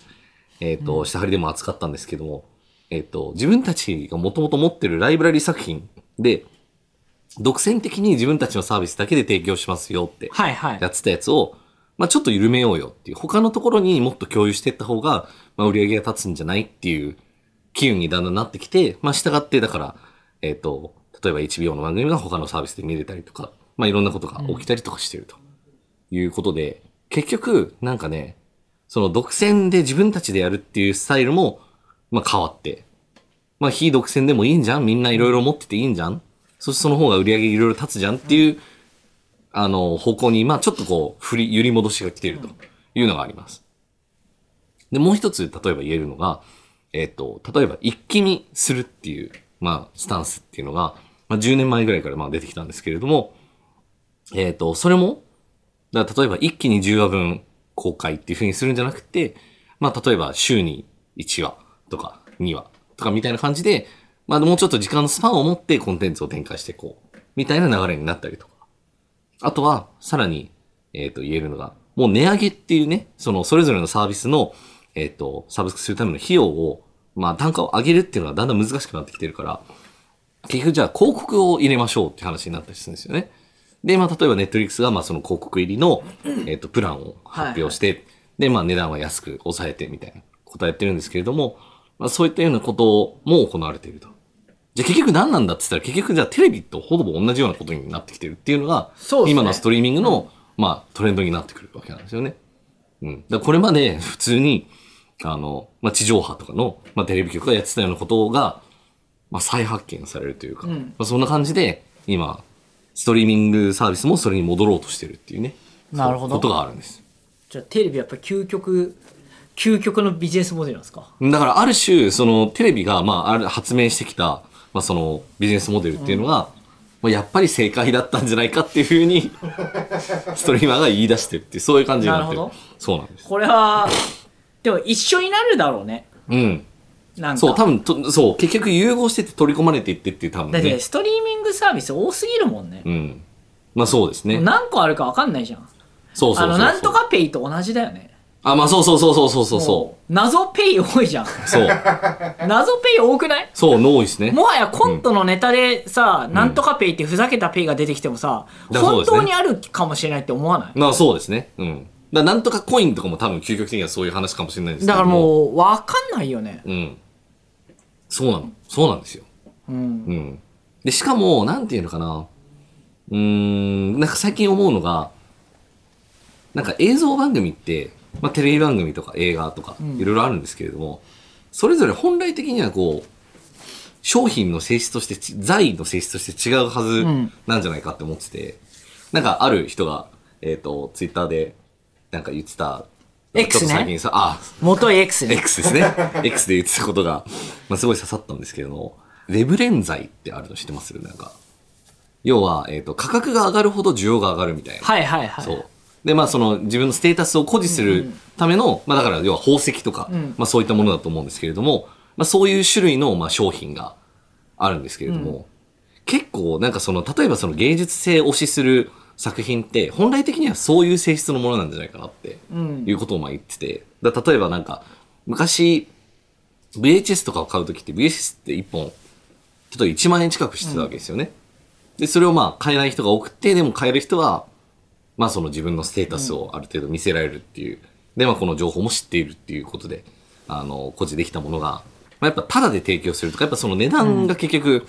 Speaker 4: えっ、と、下張りでも扱ったんですけども、えっ、と、自分たちがもともと持ってるライブラリ作品で、独占的に自分たちのサービスだけで提供しますよって
Speaker 3: はいはい。
Speaker 4: やってたやつを、まあちょっと緩めようよっていう、他のところにもっと共有していった方が、まあ売り上げが立つんじゃないっていう機運にだんだんなってきて、まあ従って、だから、えっ、と、例えば HBO の番組が他のサービスで見れたりとか、まあいろんなことが起きたりとかしてるということで、結局、なんかね、その独占で自分たちでやるっていうスタイルも、まあ変わって、まあ非独占でもいいんじゃんみんないろいろ持ってていいんじゃんそしてその方が売り上げいろいろ立つじゃんっていう、あの、方向に、まあちょっとこう、振り、揺り戻しが来ているというのがあります。で、もう一つ、例えば言えるのが、えっ、と、例えば一気にするっていう、まあ、スタンスっていうのが、まあ10年前ぐらいからまあ出てきたんですけれども、えっ、と、それも、だから例えば一気に10話分公開っていう風にするんじゃなくて、まあ例えば週に1話とか2話とかみたいな感じで、まあもうちょっと時間のスパンを持ってコンテンツを展開していこう、みたいな流れになったりとか。あとは、さらに、えっ、と、言えるのが、もう値上げっていうね、その、それぞれのサービスの、えっ、と、サブスクするための費用を、まあ、単価を上げるっていうのはだんだん難しくなってきてるから、結局じゃあ広告を入れましょうって話になったりするんですよね。で、まあ、例えばネットフリックスが、まあ、その広告入りの、えっ、と、プランを発表して、で、まあ、値段は安く抑えてみたいなことをやってるんですけれども、まあ、そういったようなことも行われていると。じゃあ結局何なんだって言ったら、結局じゃあテレビとほぼ同じようなことになってきてるっていうのが、
Speaker 3: そうですね
Speaker 4: 今のストリーミングの、まあ、トレンドになってくるわけなんですよね。うん。だからこれまで普通に、あの、まあ、地上波とかの、まあ、テレビ局がやってたようなことが、まあ、再発見されるというか、
Speaker 3: うん
Speaker 4: まあ、そんな感じで、今、ストリーミングサービスもそれに戻ろうとしてるっていうね。
Speaker 3: なるほど
Speaker 4: そうことがあるんです。
Speaker 3: じゃあテレビやっぱ究極、究極のビジネスモデルなんですか
Speaker 4: だからある種、そのテレビが、まあ、ある発明してきた、まあ、そのビジネスモデルっていうのが、まあ、やっぱり正解だったんじゃないかっていうふう
Speaker 3: *laughs*
Speaker 4: に、ストリーマーが言い出してるっていう、そういう感じになってる。
Speaker 3: なるほど
Speaker 4: そうなんです。
Speaker 3: これは、でも一緒になるだろうね。
Speaker 4: うん。
Speaker 3: なんか。
Speaker 4: そう、多分と、そう、結局融合してて取り込まれていってっていう、多分
Speaker 3: だっ
Speaker 4: ね
Speaker 3: て。ストリーミングサービス多すぎるもんね。
Speaker 4: うん。まあそうですね。
Speaker 3: 何個あるか分かんないじゃん。
Speaker 4: そうそうそうそう。
Speaker 3: あの、なんとかペイと同じだよね。
Speaker 4: あ、まあそうそうそうそうそうそう
Speaker 3: も。
Speaker 4: そう
Speaker 3: 謎ペイ多いじ *laughs* ゃん。
Speaker 4: う。そう。
Speaker 3: 謎ペイ多くない
Speaker 4: そう、ノーイですね。
Speaker 3: *laughs* もはやコントのネタでさ、なんとかペイってふざけたペイが出てきてもさ、
Speaker 4: だそう
Speaker 3: 本
Speaker 4: ですね
Speaker 3: 当にあるかもしれないって思わない
Speaker 4: まあそうですね。うん。だからなんとかコインとかも多分究極的にはそういう話かもしれないんですけ
Speaker 3: だ
Speaker 4: ど。
Speaker 3: からもう、わかんないよね。
Speaker 4: う。うん。そうなの。そうなんですよ。
Speaker 3: うん。
Speaker 4: うん。で、しかも、なんていうのかな。うーん、なんか最近思うのが、なんか映像番組って、まあテレビ番組とか映画とか
Speaker 3: ん
Speaker 4: いろいろあるんですけれども、それぞれ本来的にはこう、商品の性質としてち、財の性質として違うはず
Speaker 3: うん
Speaker 4: なんじゃないかって思ってて、なんかある人が、えっ、と、ツイッターでなんか言ってた、
Speaker 3: X
Speaker 4: ちょっと最
Speaker 3: ね
Speaker 4: 近。さ、あ、
Speaker 3: 元 X ね。
Speaker 4: X ですね。X で言ってたことが、まあ、すごい刺さったんですけれども、ウェブ連載ってあるの知ってますなんか。要は、えっ、と、価格が上がるほど需要が上がるみたいな。
Speaker 3: はいはいはい。
Speaker 4: そう。で、まあ、その、自分のステータスを誇示するための、まあ、だから、要は宝石とか、
Speaker 3: うん
Speaker 4: まあ、そういったものだと思うんですけれども、まあ、そういう種類の、まあ、商品があるんですけれども、結構、なんかその、例えばその芸術性を推しする作品って、本来的にはそういう性質のものなんじゃないかなって
Speaker 3: うん
Speaker 4: いうことをまあ言ってて、だ例えばなんか、昔、VHS とかを買うときって、VHS って1本、例えば1万円近くしてたわけですよね。で、それをまあ買えない人が多くて、でも買える人は、まあその自分のステータスをある程度見せられるっていう。で、まあこの情報も知っているっていうことで、あの、誇示できたものが、まあやっぱタダで提供するとか、やっぱその値段が結局、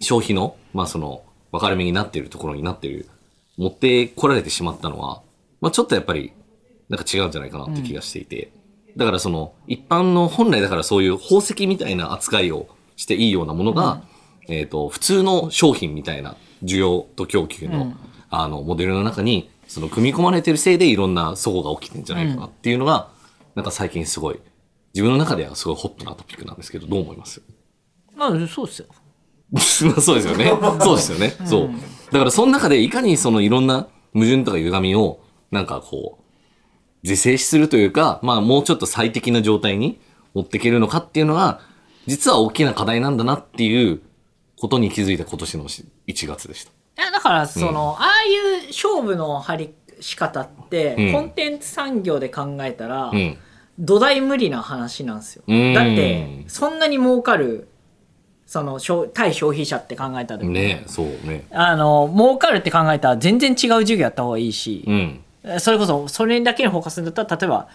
Speaker 4: 消費の、まあその、分かれ目になっているところになっている、持ってこられてしまったのは、まあちょっとやっぱり、なんか違うんじゃないかなって気がしていて、だからその、一般の本来だからそういう宝石みたいな扱いをしていいようなものが、えっ、と、普通の商品みたいな需要と供給の、
Speaker 3: うん
Speaker 4: あの、モデルの中に、その、組み込まれてるせいでいろんな齟齬が起きてんじゃないかなっていうのが、なんか最近すごい、自分の中ではすごいホットなトピックなんですけど、どう思います
Speaker 3: まあ、そうっすよ。
Speaker 4: まあ *laughs* そうですよね。そうですよね。そう。だからその中でいかにそのいろんな矛盾とか歪みを、なんかこう、是正するというか、まあもうちょっと最適な状態に持っていけるのかっていうのが、実は大きな課題なんだなっていうことに気づいた今年の1月でした。
Speaker 3: いやだからその、ああいう勝負の張り仕方って、
Speaker 4: うん
Speaker 3: コンテンツ産業で考えたら、
Speaker 4: うん。
Speaker 3: 土台無理な話なんですよ、
Speaker 4: うん
Speaker 3: だってそんなに儲かるその消対消費者って考えた時、
Speaker 4: ねえ、そうね。
Speaker 3: あの儲かるって考えたら全然違う授業やった方がいいし
Speaker 4: う、ん。
Speaker 3: それこそそれだけにフォーカスするんだったら例えば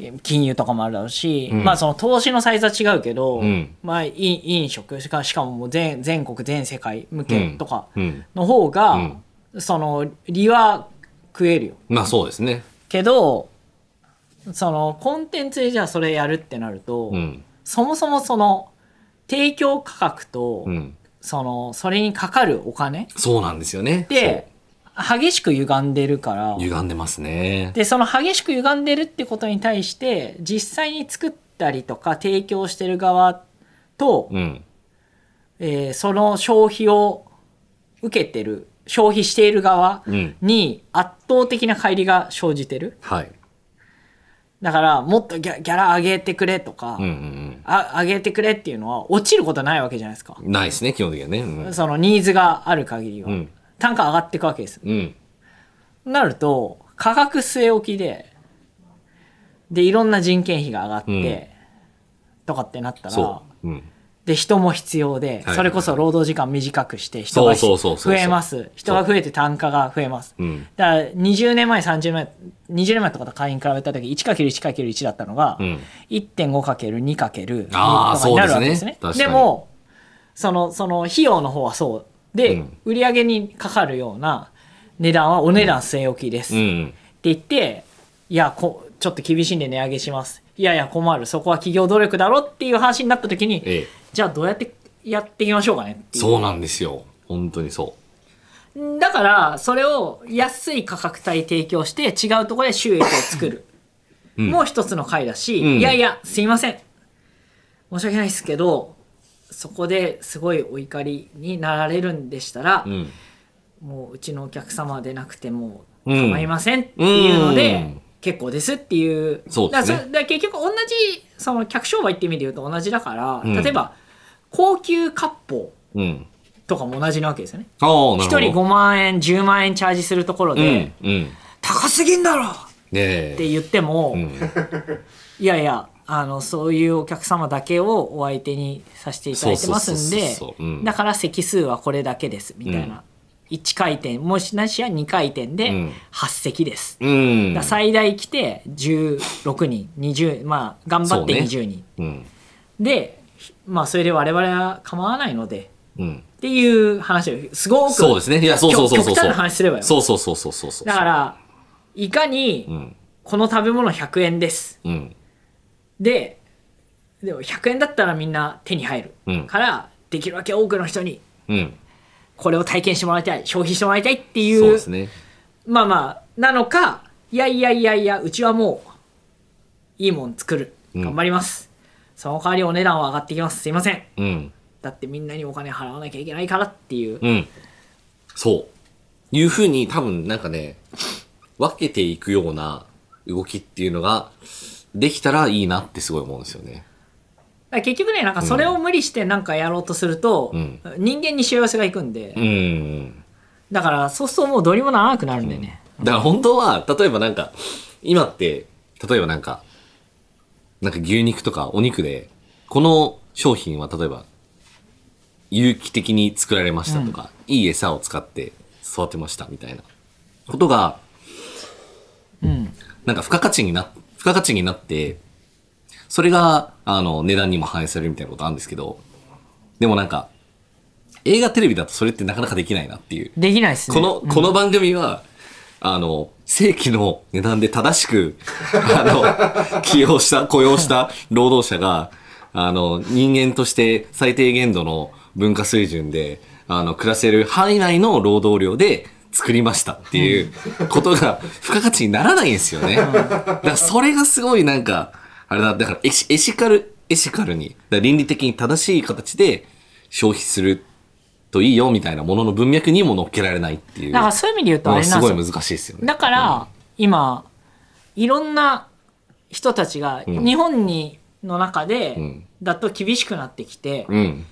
Speaker 3: えー金融とかもあるだろうし、
Speaker 4: うん
Speaker 3: まあその投資のサイズは違うけど、
Speaker 4: うん
Speaker 3: まあい飲食しかしかももう全全国全世界向けとか、
Speaker 4: うん。
Speaker 3: の方が、その利は食えるよ
Speaker 4: まあそうですね。
Speaker 3: けどそのコンテンツでじゃあそれやるってなると、
Speaker 4: うん。
Speaker 3: そもそもその提供価格と、
Speaker 4: うん。
Speaker 3: そのそれにかかるお金っ
Speaker 4: そうなんですよね。
Speaker 3: て激しく歪んでるから
Speaker 4: そう、歪んでますね。
Speaker 3: でその激しく歪んでるってことに対して実際に作ったりとか提供してる側と、
Speaker 4: うん。
Speaker 3: えーその消費を受けてる消費している側
Speaker 4: うん。
Speaker 3: に圧倒的な乖離が生じてる
Speaker 4: はい。
Speaker 3: だからもっとギャギャラ上げてくれとか、
Speaker 4: うんうん
Speaker 3: あ上げてくれっていうのは落ちることないわけじゃないですか
Speaker 4: う、ん。ないですね、基本的にはね。うん
Speaker 3: そのニーズがある限りは、
Speaker 4: うん
Speaker 3: 単価上がっていくわけです
Speaker 4: うん。
Speaker 3: なると価格据え置きででいろんな人件費が上がって、とかってなったら
Speaker 4: そう。うん。
Speaker 3: で人も必要で、
Speaker 4: はい
Speaker 3: それこそ労働時間短くして人がひ
Speaker 4: そうそうそうそう
Speaker 3: 増
Speaker 4: そう
Speaker 3: えます人が増えて単価が増えます
Speaker 4: うん。
Speaker 3: だから20年前30年前20年前とかと会員比べた時 1×1×1 だったのが、
Speaker 4: うん。
Speaker 3: 1.5×2×2 と
Speaker 4: あー
Speaker 3: かになるわけですね
Speaker 4: そうですね
Speaker 3: でもそのその費用の方はそうで、
Speaker 4: うん
Speaker 3: 売り上げにかかるような値段はお値段据え置きです、
Speaker 4: う
Speaker 3: って
Speaker 4: ん。
Speaker 3: 言っていやこちょっと厳しいんで値上げしますいやいや困るそこは企業努力だろっていう話になった時に
Speaker 4: ええ。
Speaker 3: じゃあどうやってやっていきましょうかねっていう
Speaker 4: そうなんですよ。本当にそ
Speaker 3: だからそれを安い価格帯提供して違うところで収益を作る、
Speaker 4: ん
Speaker 3: もう一つの回だし、
Speaker 4: うん
Speaker 3: いやいやすいません申し訳ないですけどそこですごいお怒りになられるんでしたら、
Speaker 4: う。うん。
Speaker 3: もううちのお客様でなくても
Speaker 4: うん
Speaker 3: 構いませんっていうので、
Speaker 4: うん
Speaker 3: 結構ですっていう
Speaker 4: そうで
Speaker 3: だ
Speaker 4: すね
Speaker 3: からそだから結局同じその客商売って意味で言うと同じだから、
Speaker 4: うん
Speaker 3: 例えば高級割烹
Speaker 4: うん。
Speaker 3: とかも同じなわけですよね
Speaker 4: ああ、なるほど。
Speaker 3: 1人5万円10万円チャージするところ
Speaker 4: う
Speaker 3: で、
Speaker 4: ん。うん。
Speaker 3: 高すぎんだろっ
Speaker 4: ねえ。
Speaker 3: て言っても、
Speaker 4: うん。
Speaker 3: いやいやあのそういうお客様だけをお相手にさせていただいてますん
Speaker 4: そう
Speaker 3: で
Speaker 4: そうそうそううん
Speaker 3: だから席数はこれだけですみたいな、1回転もしなしは2回転で
Speaker 4: うん
Speaker 3: 8席です、
Speaker 4: うん
Speaker 3: だから。最大来て16人20まあ頑張って
Speaker 4: そ
Speaker 3: 20人、
Speaker 4: うん。
Speaker 3: でまあそれで我々は構わないので
Speaker 4: うん。
Speaker 3: っていう話をすごく
Speaker 4: そうですね。いや、そうそうそうそう。
Speaker 3: 極極端な話すればよ
Speaker 4: そうそうそうそうそうそう。
Speaker 3: だからいかに、
Speaker 4: うん。
Speaker 3: この食べ物100円です
Speaker 4: うん。
Speaker 3: ででも100円だったらみんな手に入る、
Speaker 4: うん
Speaker 3: からできるだけ多くの人に
Speaker 4: うん。
Speaker 3: これを体験してもらいたい消費してもらいたいってい
Speaker 4: そう
Speaker 3: う
Speaker 4: ですね。
Speaker 3: まあまあなのかいやいやいやいやうちはもういいもん作る。
Speaker 4: うん
Speaker 3: 頑張ります。その代わりお値段は上がってきます。すいません。
Speaker 4: うん。
Speaker 3: だってみんなにお金払わなきゃいけないからっていう。
Speaker 4: うん。そう。いうふうに多分なんかね、分けていくような動きっていうのができたらいいなってすごい思うんですよね。
Speaker 3: だから結局ね、なんかそれを無理してなんかやろうとすると、
Speaker 4: うん
Speaker 3: 人間に幸せがいくんで、
Speaker 4: うん。
Speaker 3: だからそうするともうどうにもならなくなるんだよね。
Speaker 4: だから本当は、例えばなんか、今って、例えばなんか、なんか牛肉とかお肉で、この商品は例えば、有機的に作られましたとか、いい餌を使って育てましたみたいなことが、
Speaker 3: うん。
Speaker 4: なんか付加価値にな、付加価値になって、それが、あの、値段にも反映されるみたいなことあるんですけど、でもなんか、映画テレビだとそれってなかなかできないなっていう。
Speaker 3: できないっすね。
Speaker 4: この、この番組は、あの、正規の値段で正しく、 *laughs* あの、起用した、雇用した労働者が、あの、人間として最低限度の文化水準で、あの、暮らせる範囲内の労働量で作りましたっていうことが、付加価値にならないんですよね。だからそれがすごいなんか、あれだ、だからエシエシカル、エシカルに、だから倫理的に正しい形で消費するといいよみたいなものの文脈にも乗っけられないっていう。
Speaker 3: だからそういう意味で言うとあ
Speaker 4: まあ
Speaker 3: れな
Speaker 4: す
Speaker 3: んで
Speaker 4: ご
Speaker 3: す
Speaker 4: い
Speaker 3: よ
Speaker 4: 難しいですよね。
Speaker 3: だから、今いろんな人たちが
Speaker 4: うん
Speaker 3: 日本にの中で、
Speaker 4: うん
Speaker 3: だと厳しくなってきて、
Speaker 4: うん。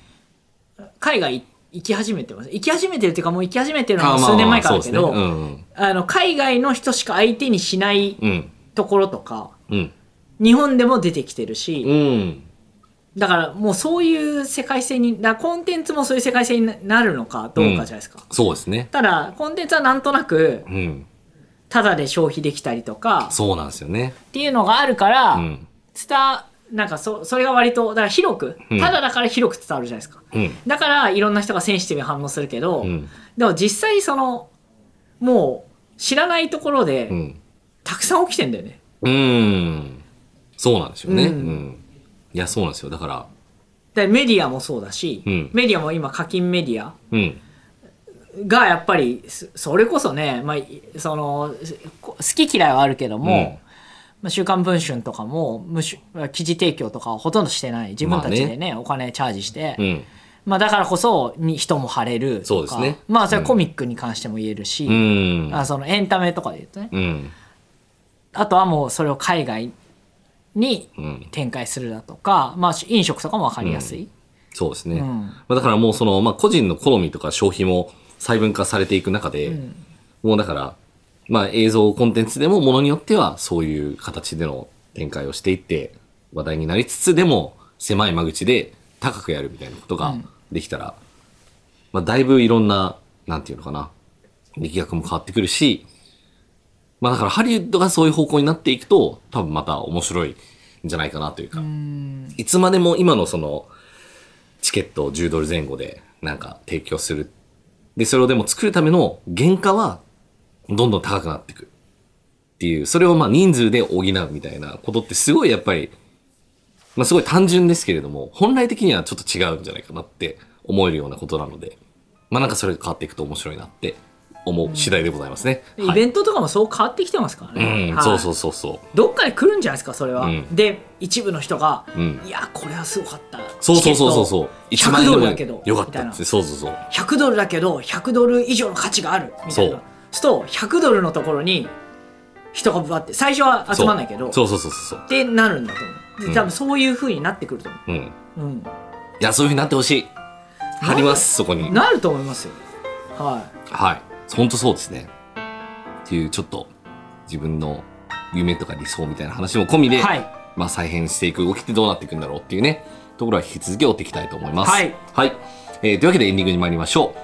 Speaker 3: 海外行き始めてます行き始めてるっていうかもう行き始めてるの
Speaker 4: あ
Speaker 3: は
Speaker 4: ーまあ
Speaker 3: 数年前か
Speaker 4: そ
Speaker 3: ら
Speaker 4: う
Speaker 3: だ
Speaker 4: で
Speaker 3: け
Speaker 4: すね。
Speaker 3: ど、
Speaker 4: うん
Speaker 3: あの海外の人しか相手にしない
Speaker 4: うん。
Speaker 3: ところとか
Speaker 4: うん。
Speaker 3: 日本でも出てきてるし、
Speaker 4: うん。
Speaker 3: だからもうそういう世界線にだからコンテンツもそういう世界線になるのかどうかじゃないですか、
Speaker 4: そうですね。
Speaker 3: ただコンテンツはなんとなく
Speaker 4: うん。
Speaker 3: タダで消費できたりとか
Speaker 4: そうなんですよね。
Speaker 3: っていうのがあるから、
Speaker 4: うん。
Speaker 3: 伝わなんかそそれが割とだから広く
Speaker 4: うん
Speaker 3: ただだから広く伝わるじゃないですか、
Speaker 4: うん。
Speaker 3: だからいろんな人がセンシティブに反応するけど、
Speaker 4: うん。
Speaker 3: でも実際そのもう知らないところで
Speaker 4: うん。
Speaker 3: たくさん起きてんだよね、
Speaker 4: うん。そうなんですよね。う
Speaker 3: うん
Speaker 4: ん。いや、そうなんですよ。だから、
Speaker 3: でメディアもそうだし、
Speaker 4: うん
Speaker 3: メディアも今課金メディア
Speaker 4: うん。
Speaker 3: がやっぱりそそれこそね、まあ、いそのすこ好き嫌いはあるけども、まあ週刊文春とかも無償記事提供とかをほとんどしてない自分たちでね,、お金チャージして、
Speaker 4: うん。
Speaker 3: まあ、だからこそに人も晴れるとか
Speaker 4: そうですね
Speaker 3: まあそれはコミックに関しても言えるし、
Speaker 4: うん。
Speaker 3: あそのエンタメとかで言うとね
Speaker 4: うん。
Speaker 3: あとはもうそれを海外に
Speaker 4: うん。
Speaker 3: 展開するだとか、まあ、飲食とかも分かりやすい、
Speaker 4: そうですね。
Speaker 3: うん
Speaker 4: まあだからもうその、まあ、個人の好みとか消費も細分化されていく中で、もうだから、まあ、映像コンテンツでもものによってはそういう形での展開をしていって話題になりつつでも狭い間口で高くやるみたいなことができたら、まあ、だいぶいろんな、なんていうのかな、力学も変わってくるし、まあだからハリウッドがそういう方向になっていくと多分また面白いんじゃないかなというか、いつまでも今のそのチケットを10ドル前後でなんか提供する。で、それをでも作るための原価はどんどん高くなっていく。っていう、それをまあ人数で補うみたいなことってすごいやっぱり、まあすごい単純ですけれども、本来的にはちょっと違うんじゃないかなって思えるようなことなので、まあなんかそれが変わっていくと面白いなって思う次第でございますね。
Speaker 3: でイ
Speaker 4: はい
Speaker 3: ベントとかもそう変わってきてますからね、
Speaker 4: うん、
Speaker 3: はい
Speaker 4: そうそうそうそう。
Speaker 3: どっかで来るんじゃないですかそれは、
Speaker 4: うん
Speaker 3: で一部の人が、
Speaker 4: うん
Speaker 3: いやこれはすごかった
Speaker 4: そうそうそうそうそう。
Speaker 3: チケ
Speaker 4: 1
Speaker 3: ット100ド
Speaker 4: 万円でも
Speaker 3: ルだけど
Speaker 4: よかっ
Speaker 3: みた
Speaker 4: た
Speaker 3: い
Speaker 4: っ
Speaker 3: な
Speaker 4: て、そうそうそう。
Speaker 3: 100ドルだけど100ドル以上の価値があるみたい
Speaker 4: そう
Speaker 3: なそうすると100ドルのところに人がぶわって最初は集まんないけど
Speaker 4: そうそうそうそうそう。
Speaker 3: ってなるんだと思う
Speaker 4: うん
Speaker 3: で多分そういう風になってくると思
Speaker 4: うん。
Speaker 3: う、うん
Speaker 4: いや、そういう風になってほしい。貼ります、そこに。
Speaker 3: なると思いますよは
Speaker 4: はい。ほんとそうですね。っていう、ちょっと、自分の夢とか理想みたいな話も込み
Speaker 3: い
Speaker 4: で、
Speaker 3: はい
Speaker 4: まあ、再編していく動きってどうなっていくんだろうっていうね、ところは引き続き追っていきたいと思います。
Speaker 3: はい。
Speaker 4: はい。えーというわけでエンディングに参りましょう。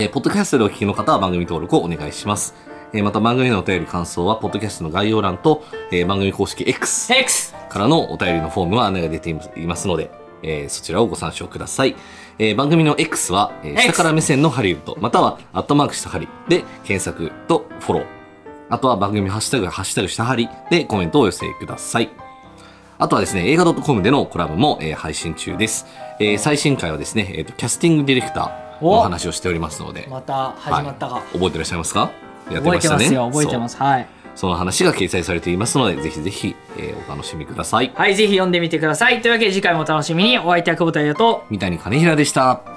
Speaker 4: えーポッドキャストでお聞きの方は番組登録をお願いします。えーまた番組へのお便り感想は、ポッドキャストの概要欄と、えー番組公式 X
Speaker 3: X
Speaker 4: からのお便りのフォームは案内が出ていますので、えーそちらをご参照ください。えー番組の X は、えー
Speaker 3: X
Speaker 4: 下から目線のハリウッド、または、アットマークしたハリで検索とフォロー。あとは番組ハッシュタグ、ハッシュタグしたハリでコメントをお寄せください。あとはですね、映画 .com でのコラムも、えー配信中です。えー最新回はですね、えーとキャスティングディレクターのお話をしておりますので、
Speaker 3: また始まったか、
Speaker 4: はい覚えてらっしゃいますかやって
Speaker 3: 覚
Speaker 4: ま
Speaker 3: え
Speaker 4: してた
Speaker 3: ま
Speaker 4: ね。
Speaker 3: すよ覚えてますはい
Speaker 4: そうその話が掲載されていますので、ぜひぜひ、えーお楽しみください。
Speaker 3: はい、ぜひ読んでみてください。というわけで次回もお楽しみに。お相手は久保田優と
Speaker 4: 三谷兼平でした。